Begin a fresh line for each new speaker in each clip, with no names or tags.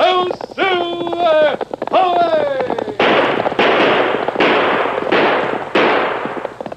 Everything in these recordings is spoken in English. Oh, Silver! Away!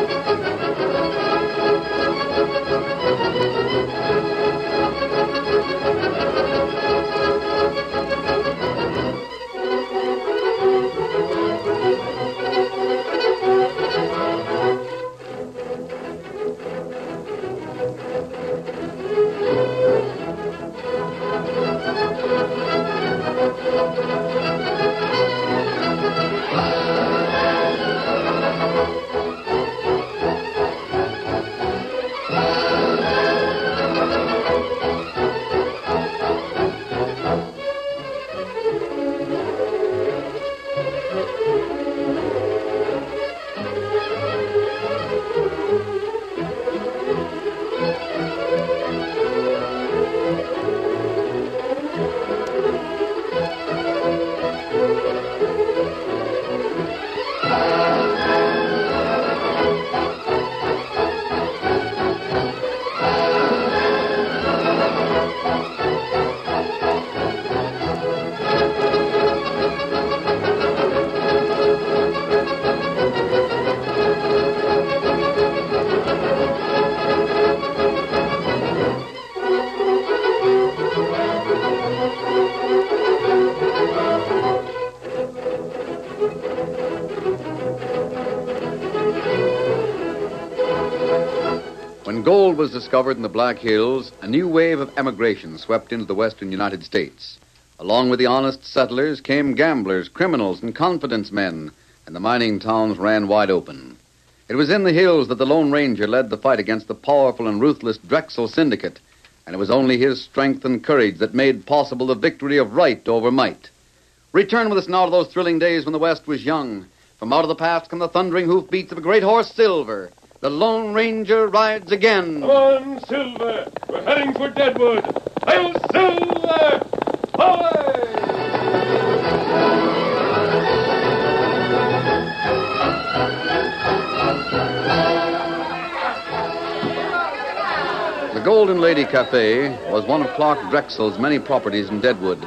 When gold was discovered in the Black Hills, a new wave of emigration swept into the western United States. Along with the honest settlers came gamblers, criminals, and confidence men, and the mining towns ran wide open. It was in the hills that the Lone Ranger led the fight against the powerful and ruthless Drexel Syndicate, and it was only his strength and courage that made possible the victory of right over might. Return with us now to those thrilling days when the West was young. From out of the past come the thundering hoofbeats of a great horse, Silver. The Lone Ranger rides again.
Come on, Silver! We're heading for Deadwood! I'll Silver! Away!
The Golden Lady Cafe was one of Clark Drexel's many properties in Deadwood.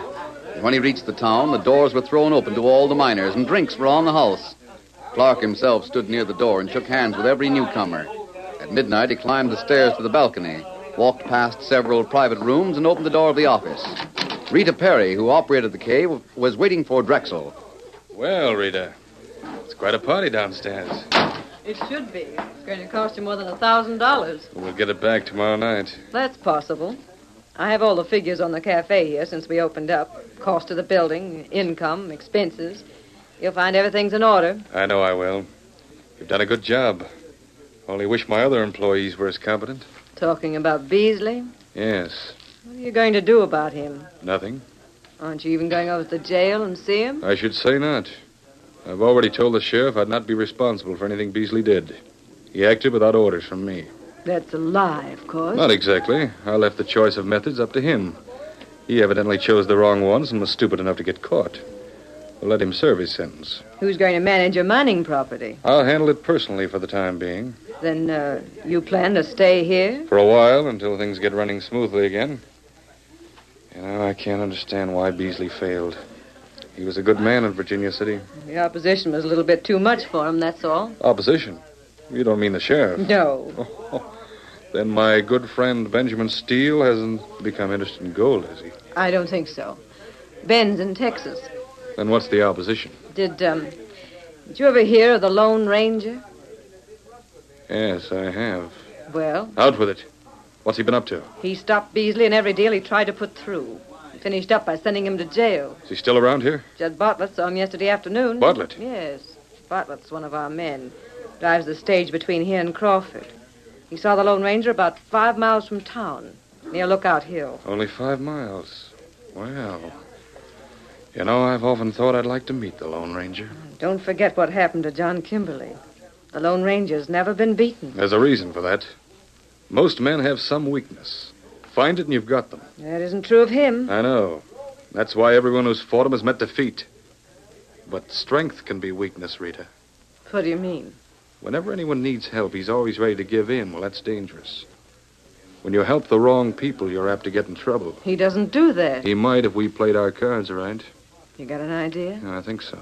And When he reached the town, the doors were thrown open to all the miners, and drinks were on the house. Clark himself stood near the door and shook hands with every newcomer. At midnight, he climbed the stairs to the balcony, walked past several private rooms, and opened the door of the office. Rita Perry, who operated the cave, was waiting for Drexel.
Well, Rita, it's quite a party downstairs.
It should be. It's going to cost you more than a thousand dollars.
We'll get it back tomorrow night.
That's possible. I have all the figures on the cafe here since we opened up. Cost of the building, income, expenses. You'll find everything's in order.
I know I will. You've done a good job. Only wish my other employees were as competent.
Talking about Beasley,
Yes,
what are you going to do about him?
nothing.
Aren't you even going over to the jail and see him?
I should say not. I've already told the sheriff I'd not be responsible for anything Beasley did. He acted without orders from me.
That's a lie, of course.
Not exactly. I left the choice of methods up to him. He evidently chose the wrong ones and was stupid enough to get caught. We'll let him serve his sentence.
Who's going to manage your mining property?
I'll handle it personally for the time being.
Then uh, you plan to stay here?
For a while, until things get running smoothly again. You know, I can't understand why Beasley failed. He was a good man in Virginia City.
The opposition was a little bit too much for him, that's all.
Opposition? You don't mean the sheriff.
No.
Then my good friend Benjamin Steele hasn't become interested in gold, has he?
I don't think so. Ben's in Texas.
Then what's the opposition?
Did um, did you ever hear of the Lone Ranger?
Yes, I have.
Well,
Out with it. What's he been up to?
he stopped Beasley in every deal he tried to put through. Finished up by sending him to jail.
Is he still around here?
Judd Bartlett saw him yesterday afternoon.
Bartlett?
Yes. Bartlett's one of our men. Drives the stage between here and Crawford. He saw the Lone Ranger about five miles from town, near Lookout Hill.
Only five miles. Well, You know, I've often thought I'd like to meet the Lone Ranger.
Don't forget what happened to John Kimberly. The Lone Ranger's never been beaten.
There's a reason for that. Most men have some weakness. Find it and you've got them.
That isn't true of him.
I know. That's why everyone who's fought him has met defeat. But strength can be weakness, Rita.
What do you mean?
Whenever anyone needs help, he's always ready to give in. Well, that's dangerous. When you help the wrong people, you're apt to get in trouble.
He doesn't do that.
He might if we played our cards right.
You got an idea?
Yeah, I think so.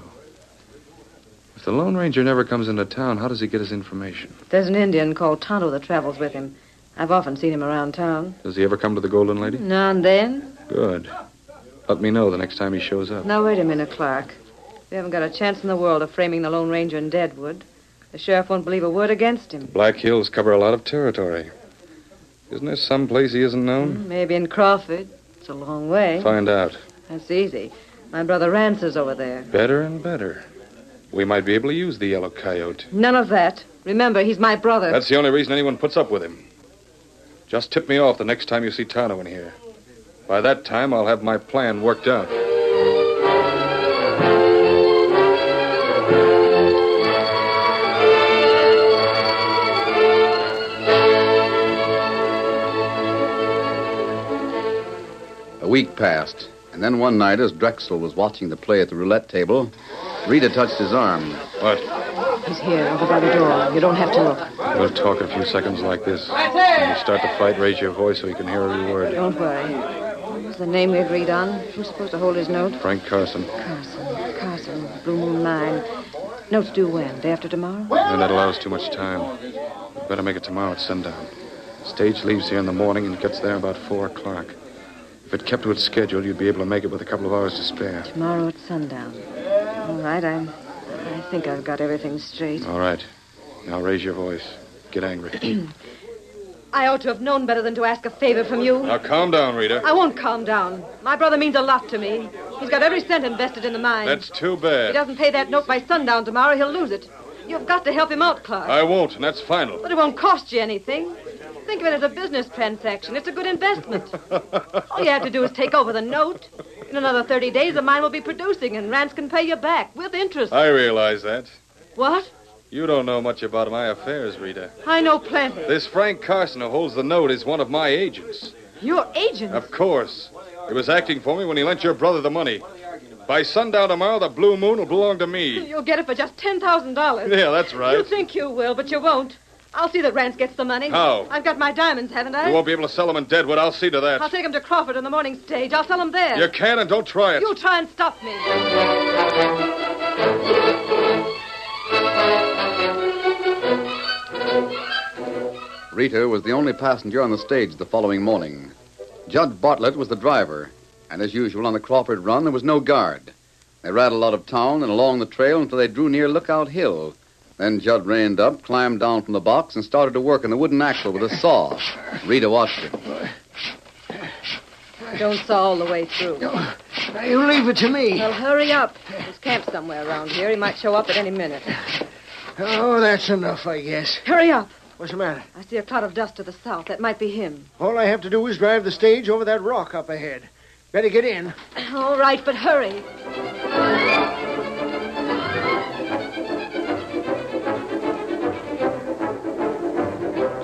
If the Lone Ranger never comes into town, how does he get his information?
There's an Indian called Tonto that travels with him. I've often seen him around town.
Does he ever come to the Golden Lady?
Now and then.
Good. Let me know the next time he shows up.
Now, wait a minute, Clark. We haven't got a chance in the world of framing the Lone Ranger in Deadwood. The sheriff won't believe a word against him.
Black Hills cover a lot of territory. Isn't there some place he isn't known?
Maybe in Crawford. It's a long way.
Find out.
That's easy. My brother Rance is over there.
Better and better. We might be able to use the yellow coyote.
None of that. Remember, he's my brother.
That's the only reason anyone puts up with him. Just tip me off the next time you see Tano in here. By that time, I'll have my plan worked out.
A week passed, and then one night, as Drexel was watching the play at the roulette table, Rita touched his arm.
What?
He's here, over by the door. You don't have to look.
We'll talk a few seconds like this. When you start to fight, raise your voice so he can hear every word.
Don't worry. What was the name we agreed on? Who's supposed to hold his note?
Frank Carson.
Carson. Carson. Blue Moon Mine. Notes due when? Day after tomorrow?
Then that allows too much time. We better make it tomorrow at sundown. Stage leaves here in the morning and gets there about four o'clock. If it kept to its schedule, you'd be able to make it with a couple of hours to spare.
Tomorrow at sundown. All right, I'm. I think I've got everything straight.
All right. Now raise your voice. Get angry.
I ought to have known better than to ask a favor from you.
now calm down, Rita.
I won't calm down. My brother means a lot to me. He's got every cent invested in the mine.
That's too
If he
bad.
doesn't pay that note by sundown tomorrow, he'll lose it. You've got to help him out, Clark.
I won't, and that's final.
But it won't cost you anything. Think of it as a business transaction. It's a good investment. All you have to do is take over the note. In another 30 days, the mine will be producing, and Rance can pay you back with interest.
I realize that.
What?
You don't know much about my affairs, Rita.
I know plenty.
This Frank Carson who holds the note is one of my agents.
Your agent.
Of course. He was acting for me when he lent your brother the money. By sundown tomorrow, the Blue Moon will belong to me.
You'll get it for just $10,000.
Yeah, that's right.
You think you will, but you won't. I'll see that Rance gets the money.
How?
I've got my diamonds, haven't I?
You won't be able to sell them in Deadwood. I'll see to
I'll
that.
take them to Crawford in the morning stage. I'll sell them there.
You can and don't try it.
You'll try and stop me.
Rita was the only passenger on the stage the following morning. Judd Bartlett was the driver, and as usual on the Crawford run, there was no guard. They rattled out of town and along the trail until they drew near Lookout Hill. Then Judd reined up, climbed down from the box, and started to work on the wooden axle with a saw. Rita watched him.
Don't saw all the way through.
Now you leave it to me.
Well, hurry up. He's camped somewhere around here. He might show up at any minute.
Oh, that's enough, I guess.
Hurry up.
What's the matter?
I see a cloud of dust to the south. That might be him.
All I have to do is drive the stage over that rock up ahead. Better get in.
All right, but hurry.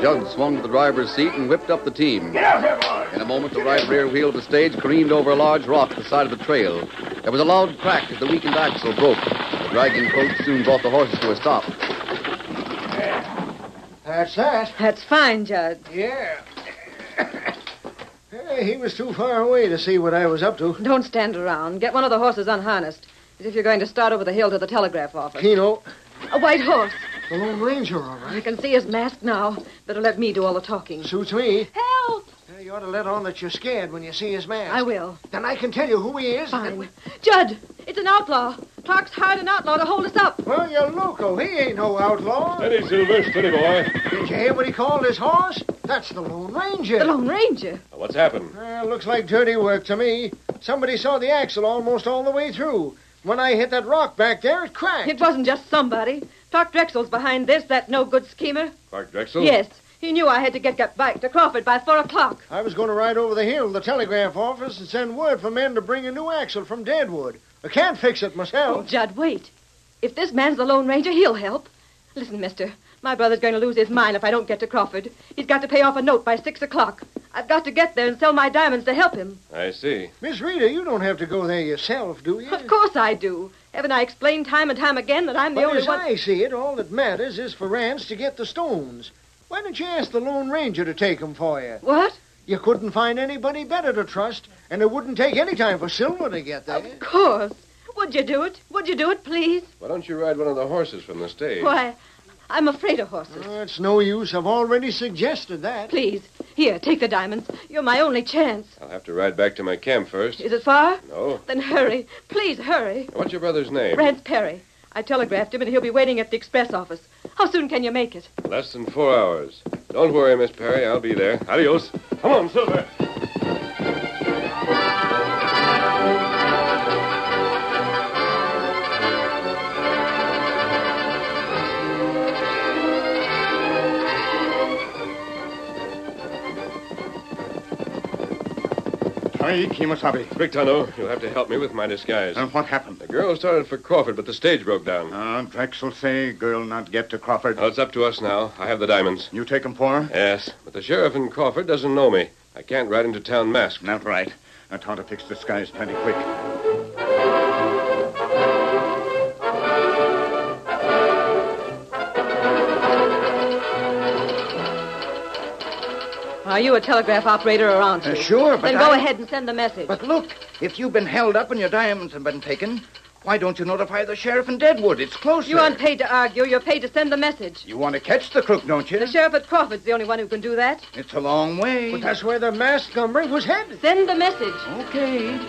Judd swung to the driver's seat and whipped up the team. In a moment, the right rear wheel of the stage careened over a large rock at the side of the trail. There was a loud crack as the weakened axle broke. The dragging coach soon brought the horses to a stop.
That's that.
That's fine, Judge.
Yeah. Hey, he was too far away to see what I was up to.
Don't stand around. Get one of the horses unharnessed. As if you're going to start over the hill to the telegraph office.
Keno,
A white horse.
the Lone Ranger, all right.
I can see his mask now. Better let me do all the talking.
Suits me.
Help!
Hey, You ought to let on that you're scared when you see his mask.
I will.
Then I can tell you who he is.
Fine. Judd, it's an outlaw. Clark's hired an outlaw to hold us up.
Well, you're loco. He ain't no outlaw.
Steady, Silver, steady, boy.
Did you hear what he called his horse? That's the Lone Ranger.
The Lone Ranger.
Now, what's happened?
Well, looks like dirty work to me. Somebody saw the axle almost all the way through. When I hit that rock back there, it cracked.
It wasn't just somebody. Clark Drexel's behind this, that no good schemer.
Clark Drexel?
Yes. He knew I had to get, get back to Crawford by four o'clock.
I was going to ride over the hill to the telegraph office and send word for men to bring a new axle from Deadwood. I can't fix it myself.
Judd, wait. If this man's the Lone Ranger, he'll help. Listen, mister, my brother's going to lose his mind if I don't get to Crawford. He's got to pay off a note by six o'clock. I've got to get there and sell my diamonds to help him.
I see.
Miss Rita, you don't have to go there yourself, do you?
Of course I do. Haven't I explained time and time again that I'm the
But
only
as
one?
I see it, all that matters is for Rance to get the stones. Why don't you ask the Lone Ranger to take 'em for you?
What?
You couldn't find anybody better to trust, and it wouldn't take any time for Silver to get there.
Of course. Would you do it? Would you do it, please?
Why don't you ride one of the horses from the stage?
Why, I'm afraid of horses.
Oh, it's no use. I've already suggested that.
Please, here, take the diamonds. You're my only chance.
I'll have to ride back to my camp first.
Is it far?
No.
Then hurry. Please hurry.
What's your brother's name?
Rance Perry. I telegraphed him, and he'll be waiting at the express office. How soon can you make it?
Less than four hours. Don't worry, Miss Perry. I'll be there. Adios.
Come on, Silver.
Hey, Kimosabe.
Bricktano, you'll have to help me with my disguise.
And what happened?
The girl started for Crawford, but the stage broke down.
Uh, Drexel say girl not get to Crawford.
Well, it's up to us now. I have the diamonds.
you take 'em for her?
Yes, but the sheriff in Crawford doesn't know me. I can't ride into town masked.
Not right. I taught to fix disguise plenty quick.
Are you a telegraph operator or aren't you?
Uh, sure, but
Then go
I-
ahead and send the message.
But look, if you've been held up and your diamonds have been taken, why don't you notify the sheriff in Deadwood? It's closer.
you aren't paid to argue. You're paid to send the message.
You want to catch the crook, don't you?
The sheriff at Crawford's the only one who can do that.
It's a long way.
But that's where the masked gunman was headed.
Send the message.
Okay.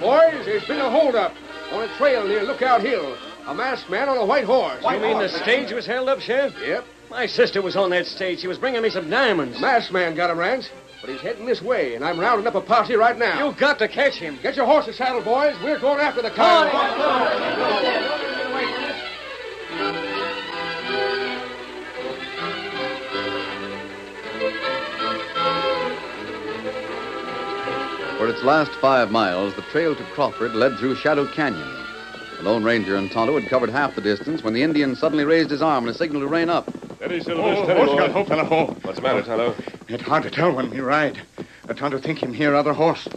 Boys, there's been a holdup on a trail near Lookout Hill. A masked man on a white horse.
You mean the stage was held up, Sheriff?
Yep.
My sister was on that stage. She was bringing me some diamonds.
Masked man got him, Rance. But he's heading this way, and I'm rounding up a posse right now.
You got to catch him.
Get your horses saddled, boys. We're going after the car. For its last five miles, the trail to Crawford led through Shadow Canyon. The Lone Ranger and Tonto had covered half the distance when the Indian suddenly raised his arm in a signal to rein up.
Steady, Silver.
Oh,
steady,
horse
boy.
got hope and a hoe.
What's the matter, Tonto?
It's hard to tell when we ride. I trying to think him here other horse.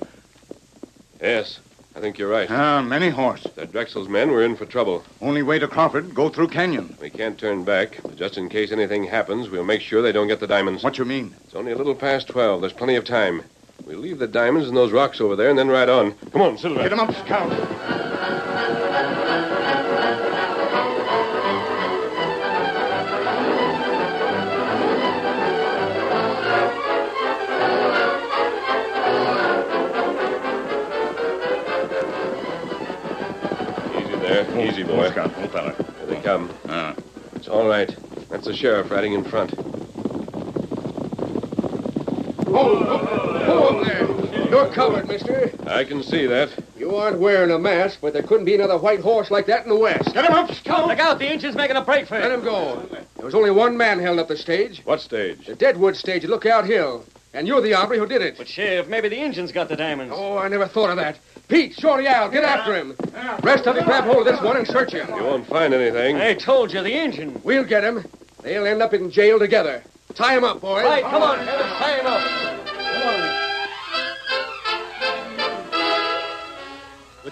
Yes, I think you're right.
Ah, many horse.
That Drexel's men were in for trouble.
Only way to Crawford, go through canyon.
We can't turn back, but just in case anything happens, we'll make sure they don't get the diamonds.
What you mean?
It's only a little past 12. There's plenty of time. We'll leave the diamonds and those rocks over there and then ride on. Come on, Silver.
Get him up, scout.
Easy there. Easy, boy.
Scout, old fella.
Here they come.
Ah.
It's all right. That's the sheriff riding in front.
Hold there. You're covered, mister.
I can see that.
You aren't wearing a mask, but there couldn't be another white horse like that in the West.
Get him up, scout.
Look out, the engine's making a break for
Let
it.
him go. There was only one man held up the stage.
What stage?
The Deadwood stage at Lookout Hill. And you're the hombre who did it.
But, Sheriff, maybe the engine's got the diamonds.
Oh, I never thought of that. Pete, Shorty Al, get after him. Rest of you grab hold of this one and search him.
You won't find anything.
I told you, the engine.
We'll get him. They'll end up in jail together. Tie him up, boys.
Right, come on, Sheriff, tie him up.
The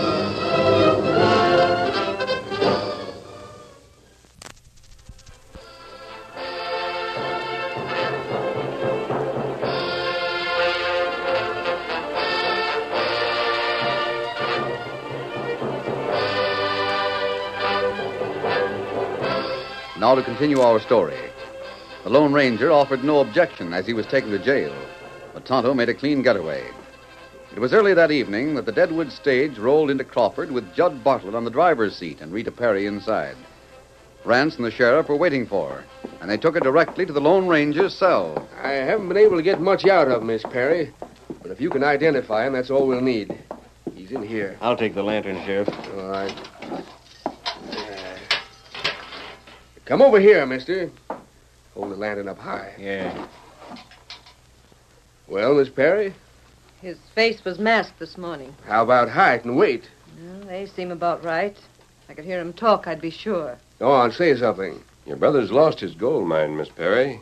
Now to continue our story. The Lone Ranger offered no objection as he was taken to jail, but Tonto made a clean getaway. It was early that evening that the Deadwood stage rolled into Crawford with Judd Bartlett on the driver's seat and Rita Perry inside.
Rance and the sheriff were waiting for, and they took her directly to the Lone Ranger's cell.
I haven't been able to get much out of him, Miss Perry. But if you can identify him, that's all we'll need. He's in here.
I'll take the lantern, Sheriff.
All right. Come over here, mister. Hold the lantern up high.
Yeah.
Well, Miss Perry,
His face was masked this morning.
how about height and weight?
Well, they seem about right. If I could hear him talk, I'd be sure.
Go on, Oh, say something.
Your brother's lost his gold mine, Miss Perry.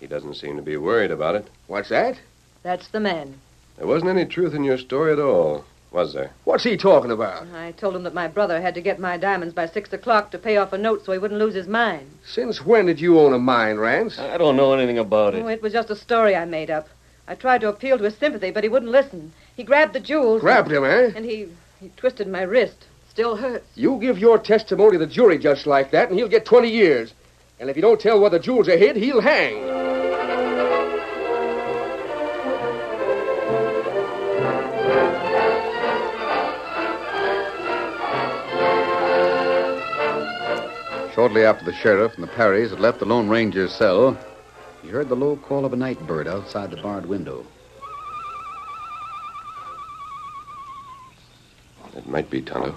He doesn't seem to be worried about it.
What's that?
That's the man.
There wasn't any truth in your story at all, was there?
What's he talking about?
I told him that my brother had to get my diamonds by six o'clock to pay off a note so he wouldn't lose his mind.
Since when did you own a mine, Rance?
I don't know anything about
Oh, it was just a story I made up. I tried to appeal to his sympathy, but he wouldn't listen. He grabbed the jewels.
Grabbed him, eh?
And he, he twisted my wrist. Still hurts.
You give your testimony to the jury just like that, and he'll get 20 years. And if you don't tell where the jewels are hid, he'll hang.
Shortly after the sheriff and the Parrys had left the Lone Ranger's cell, he heard the low call of a night bird outside the barred window.
It might be Tonto.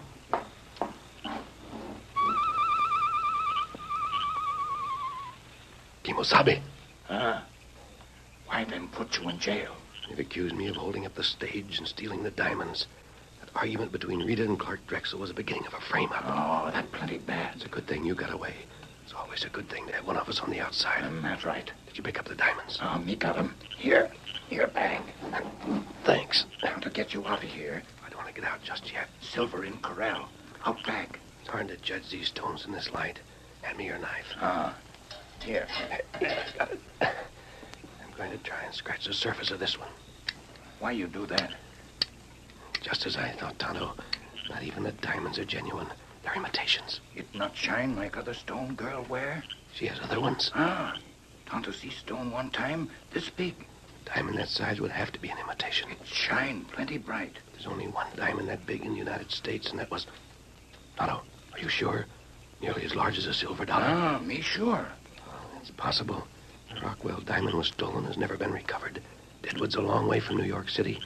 Kimosabe.
Ah. Why then put you in jail?
They've accused me of holding up the stage and stealing the diamonds. That argument between Rita and Clark Drexel was the beginning of a frame up.
Oh, that plenty bad.
It's a good thing you got away. It's always a good thing to have one of us on the outside.
Mm, that's right.
Did you pick up the diamonds?
Oh, me got him. Here. Here, bang.
Thanks.
Now to get you out of here,
I don't want to get out just yet.
silver in corral. Out back.
It's hard to judge these stones in this light. Hand me your knife.
Ah. Here.
I'm going to try and scratch the surface of this one.
Why you do that?
Just as I thought, Tonto. Not even the diamonds are genuine. They're imitations.
It not shine like other stone girl wear?
She has other ones.
Ah. Tonto see stone one time, this big.
Diamond that size would have to be an imitation.
It shine plenty bright.
There's only one diamond that big in the United States, and that was. Tonto, are you sure? Nearly as large as a silver dollar.
Ah, me sure.
It's possible. The Rockwell diamond was stolen, has never been recovered. Deadwood's a long way from New York City.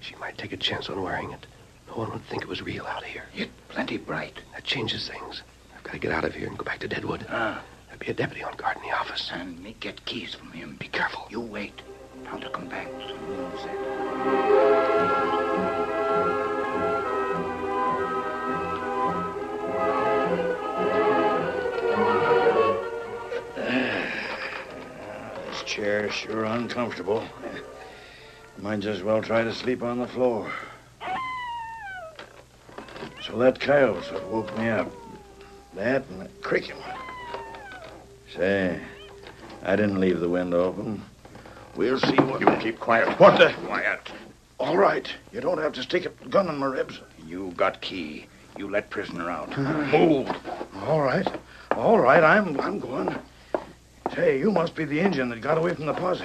She might take a chance on wearing it. No one would think it was real out here.
It plenty bright.
That changes things. I've got to get out of here and go back to Deadwood.
Ah.
There'll be a deputy on guard in the office.
And me get keys from him.
Be careful.
You wait. Tonto come back. Moon set.
This chair is sure uncomfortable. Might just well try to sleep on the floor. So that coyote's what woke me up. That and the cricket one. Say, I didn't leave the window open. We'll see what. You keep quiet. What the? Quiet. All right. You don't have to stick a gun in my ribs.
You got key. You let prisoner out.
Move. All right. All right. I'm I'm going. Say, you must be the Indian that got away from the posse.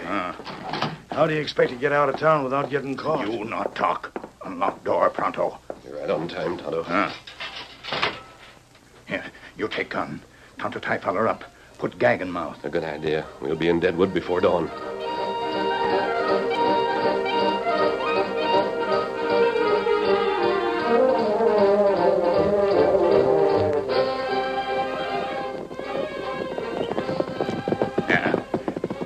How do you expect to get out of town without getting caught?
You not talk. Unlock door pronto.
You're right on time, Tonto.
Huh? Here, you take gun. Tonto tie feller up. Put gag in mouth.
A good idea. We'll be in Deadwood before dawn.
Yeah.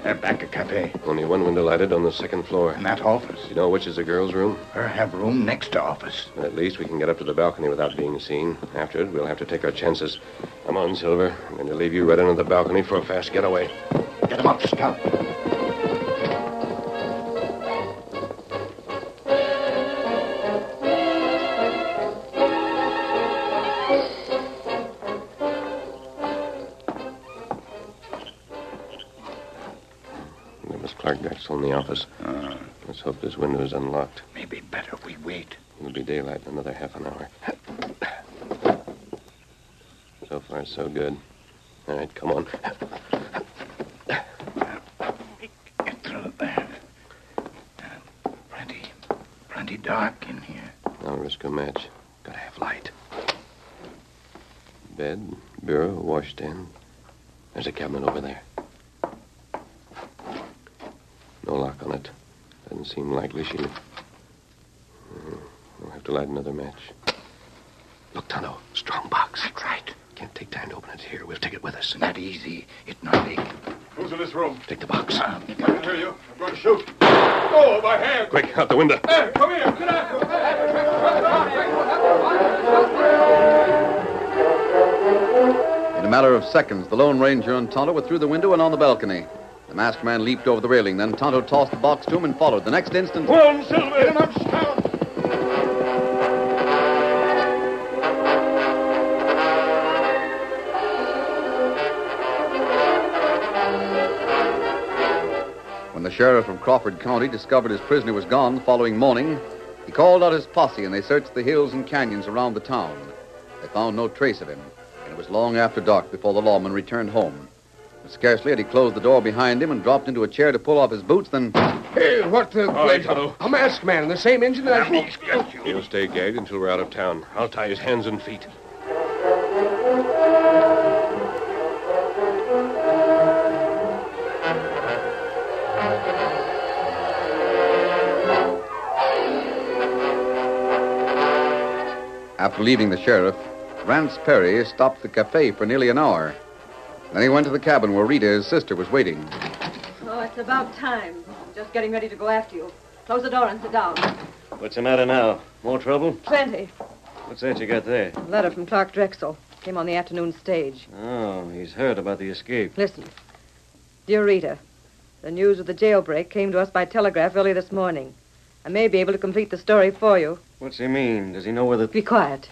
Uh, back a cafe.
Only one window lighted on the second floor.
And that office.
You know which is the girl's room?
Her have room next to office.
Well, at least we can get up to the balcony without being seen. After it, we'll have to take our chances. Come on, Silver. I'm going to leave you right under the balcony for a fast getaway.
Get him up, Scout.
There was Clark Drexel in the office.
Uh,
Let's hope this window is unlocked.
maybe better we wait.
It'll be daylight in another half an hour. So far, so good. All right, come on.
Get through there. Uh, plenty, plenty dark in here.
I'll risk a match. Gotta have light. Bed, bureau, washstand, There's a cabinet over there. No lock on it. Doesn't seem likely she. Hmm, We'll have to light another match. Look, Tonto, strong box. That's right. Can't take time to open it here. We'll take it with us. Not easy. It's not big.
Who's in this room?
Take the box.
Ah,
I can hear you. I'm going to shoot. Oh, my hand.
Quick, out the window.
Hey, come here. Get out.
In a matter of seconds, the Lone Ranger and Tonto were through the window and on the balcony. The masked man leaped over the railing, then Tonto tossed the box to him and followed. The next instant.
One silver. And I'm
When the sheriff of Crawford County discovered his prisoner was gone the following morning, he called out his posse and they searched the hills and canyons around the town. They found no trace of him, and it was long after dark before the lawman returned home. But scarcely had he closed the door behind him and dropped into a chair to pull off his boots than.
Hey, what the...
Oh.
All right, Tonto.
A masked man in the same engine that I...
He'll stay gagged until we're out of town. I'll tie his hands and feet.
After leaving the sheriff, Rance Perry stopped at the cafe for nearly an hour. Then he went to the cabin where Rita, his sister, was waiting.
Oh, it's about time. I'm just getting ready to go after you. Close the door and sit down.
What's the matter now? More trouble?
Plenty.
What's that you got there?
A letter from Clark Drexel. Came on the afternoon stage.
Oh, he's heard about the escape.
Listen. Dear Rita, the news of the jailbreak came to us by telegraph early this morning. I may be able to complete the story for you.
What's he mean? Does he know where the.
Be quiet.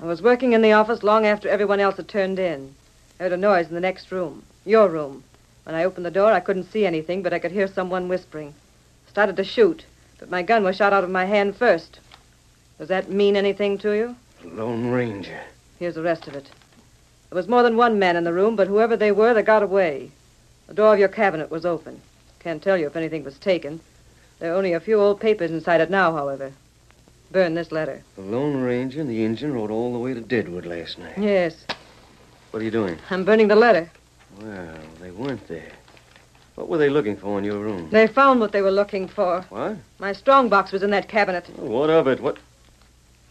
I was working in the office long after everyone else had turned in. Heard a noise in the next room, your room. When I opened the door, I couldn't see anything, but I could hear someone whispering. Started to shoot, but my gun was shot out of my hand first. Does that mean anything to you?
Lone Ranger.
Here's the rest of it. There was more than one man in the room, but whoever they were, they got away. The door of your cabinet was open. Can't tell you if anything was taken. There are only a few old papers inside it now, however. Burn this letter.
The Lone Ranger and the engine rode all the way to Deadwood last night.
Yes,
What are you doing?
I'm burning the letter.
Well, they weren't there. What were they looking for in your room?
They found what they were looking for.
What?
My strong box was in that cabinet.
What of it? What?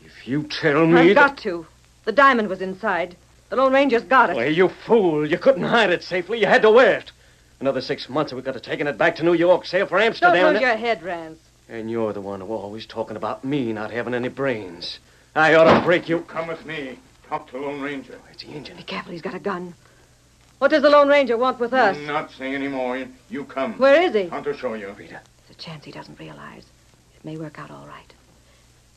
If you tell me.
I've
that-
got to. The diamond was inside. The Lone Ranger's got it.
Why, you fool. You couldn't hide it safely. You had to wear it. Another six months, we've got to taking it back to New York, sail for
Don't
Amsterdam.
lose your head, Rance.
And you're the one who always talking about me not having any brains. I ought to break you.
Come with me. Talk to Lone Ranger.
It's the engine.
Be careful, he's got a gun. What does the Lone Ranger want with us?
I'm not saying any more. You- You
Mm.
come.
Where is he?
Want to show you. Rita.
There's a chance he doesn't realize. It may work out all right.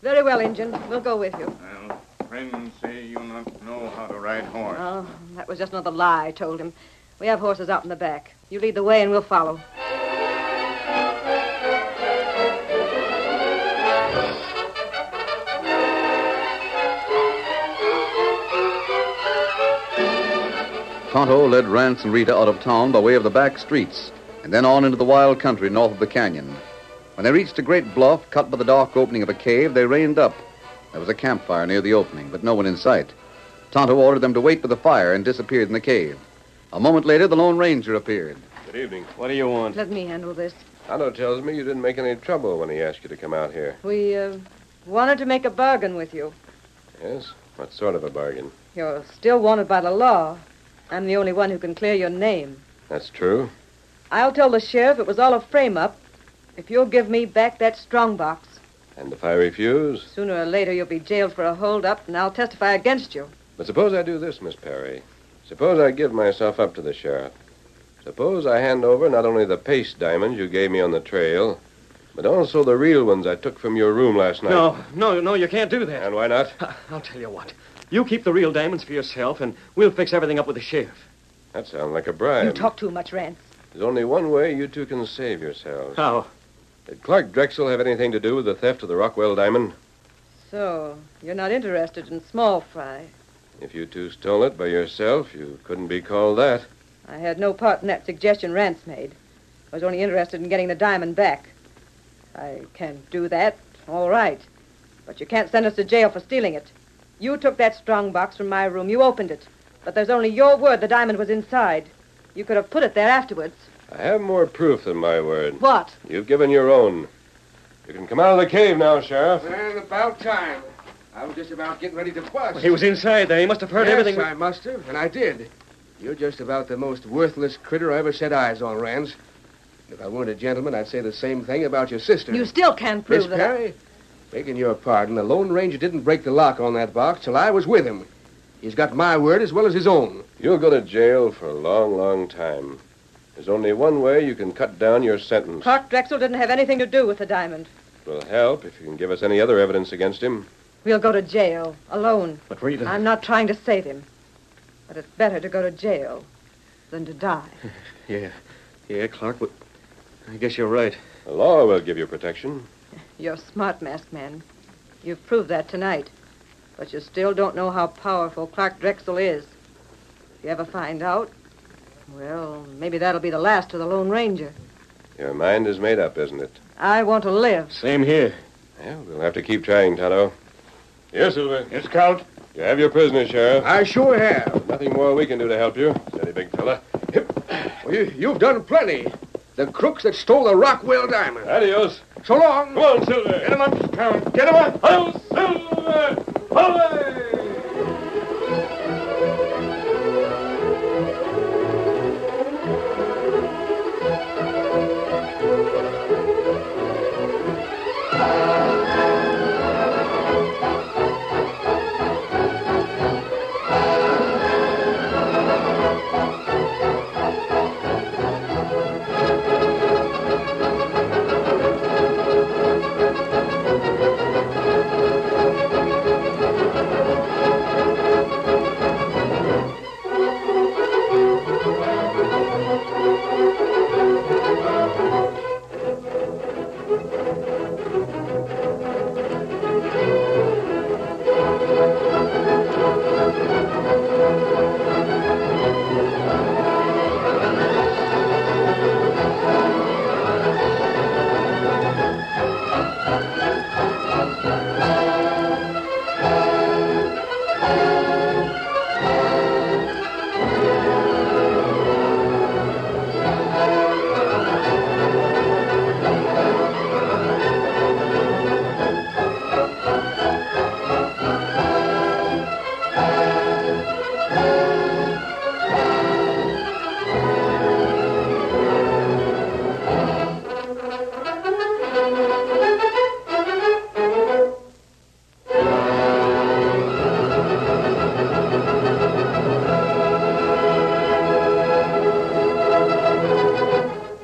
Very well, Injun. We'll go with you.
Uh,
Well, friends say you not know how to ride horse.
Oh, that was just another lie I told him. We have horses out in the back. You lead the way and we'll follow.
Tonto led Rance and Rita out of town by way of the back streets, and then on into the wild country north of the canyon. When they reached a great bluff cut by the dark opening of a cave, they reined up. There was a campfire near the opening, but no one in sight. Tonto ordered them to wait for the fire and disappeared in the cave. A moment later, the Lone Ranger appeared.
Good evening. What do you want?
Let me handle this.
Tonto tells me you didn't make any trouble when he asked you to come out here.
We uh, wanted to make a bargain with you.
Yes? What sort of a bargain?
You're still wanted by the law. I'm the only one who can clear your name.
That's true.
I'll tell the sheriff it was all a frame up. If you'll give me back that strong box,
And if I refuse?
sooner or later you'll be jailed for a holdup, and I'll testify against you.
But suppose I do this, Miss Perry. Suppose I give myself up to the sheriff. Suppose I hand over not only the paste diamonds you gave me on the trail, but also the real ones I took from your room last night.
No, no, no, you can't do that.
And why not?
I'll tell you what. You keep the real diamonds for yourself, and we'll fix everything up with the sheriff.
That sounds like a bribe.
You talk too much, Rance.
There's only one way you two can save yourselves.
How?
Did Clark Drexel have anything to do with the theft of the Rockwell diamond?
So, you're not interested in small fry.
If you two stole it by yourself, you couldn't be called that.
I had no part in that suggestion Rance made. I was only interested in getting the diamond back. I can do that, all right. But you can't send us to jail for stealing it. You took that strong box from my room. You opened it. But there's only your word the diamond was inside. You could have put it there afterwards.
I have more proof than my word.
What?
You've given your own. You can come out of the cave now, Sheriff.
Well, about time. I was just about getting ready to bust.
He was inside there. He must have heard
yes,
everything.
I must have, and I did. You're just about the most worthless critter I ever set eyes on, Rance. If I weren't a gentleman, I'd say the same thing about your sister.
You still can't prove
Miss
that. I-
Perry, begging your pardon, the Lone Ranger didn't break the lock on that box till I was with him. He's got my word as well as his own.
You'll go to jail for a long, long time. There's only one way you can cut down your sentence.
Clark Drexel didn't have anything to do with the diamond.
It will help if you can give us any other evidence against him.
We'll go to jail alone.
But Rita.
I'm not trying to save him. But it's better to go to jail than to die.
Yeah. Yeah, Clark, but I guess you're right.
The law will give you protection.
You're smart, Masked Man. You've proved that tonight. But you still don't know how powerful Clark Drexel is. If you ever find out, well, maybe that'll be the last of the Lone Ranger.
Your mind is made up, isn't it?
I want to live.
Same here. Well, we'll have to keep trying, Tonto. Here, Silver. Yes, Count. You have your prisoner, Sheriff.
I sure have.
Nothing more we can do to help you. Steady, big fella.
Well, you, you've done plenty. The crooks that stole the Rockwell diamond.
Adios.
So long. Come
on, Silver. Get
him up, Count. Get him up.
I'll Silver! Away!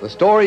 The story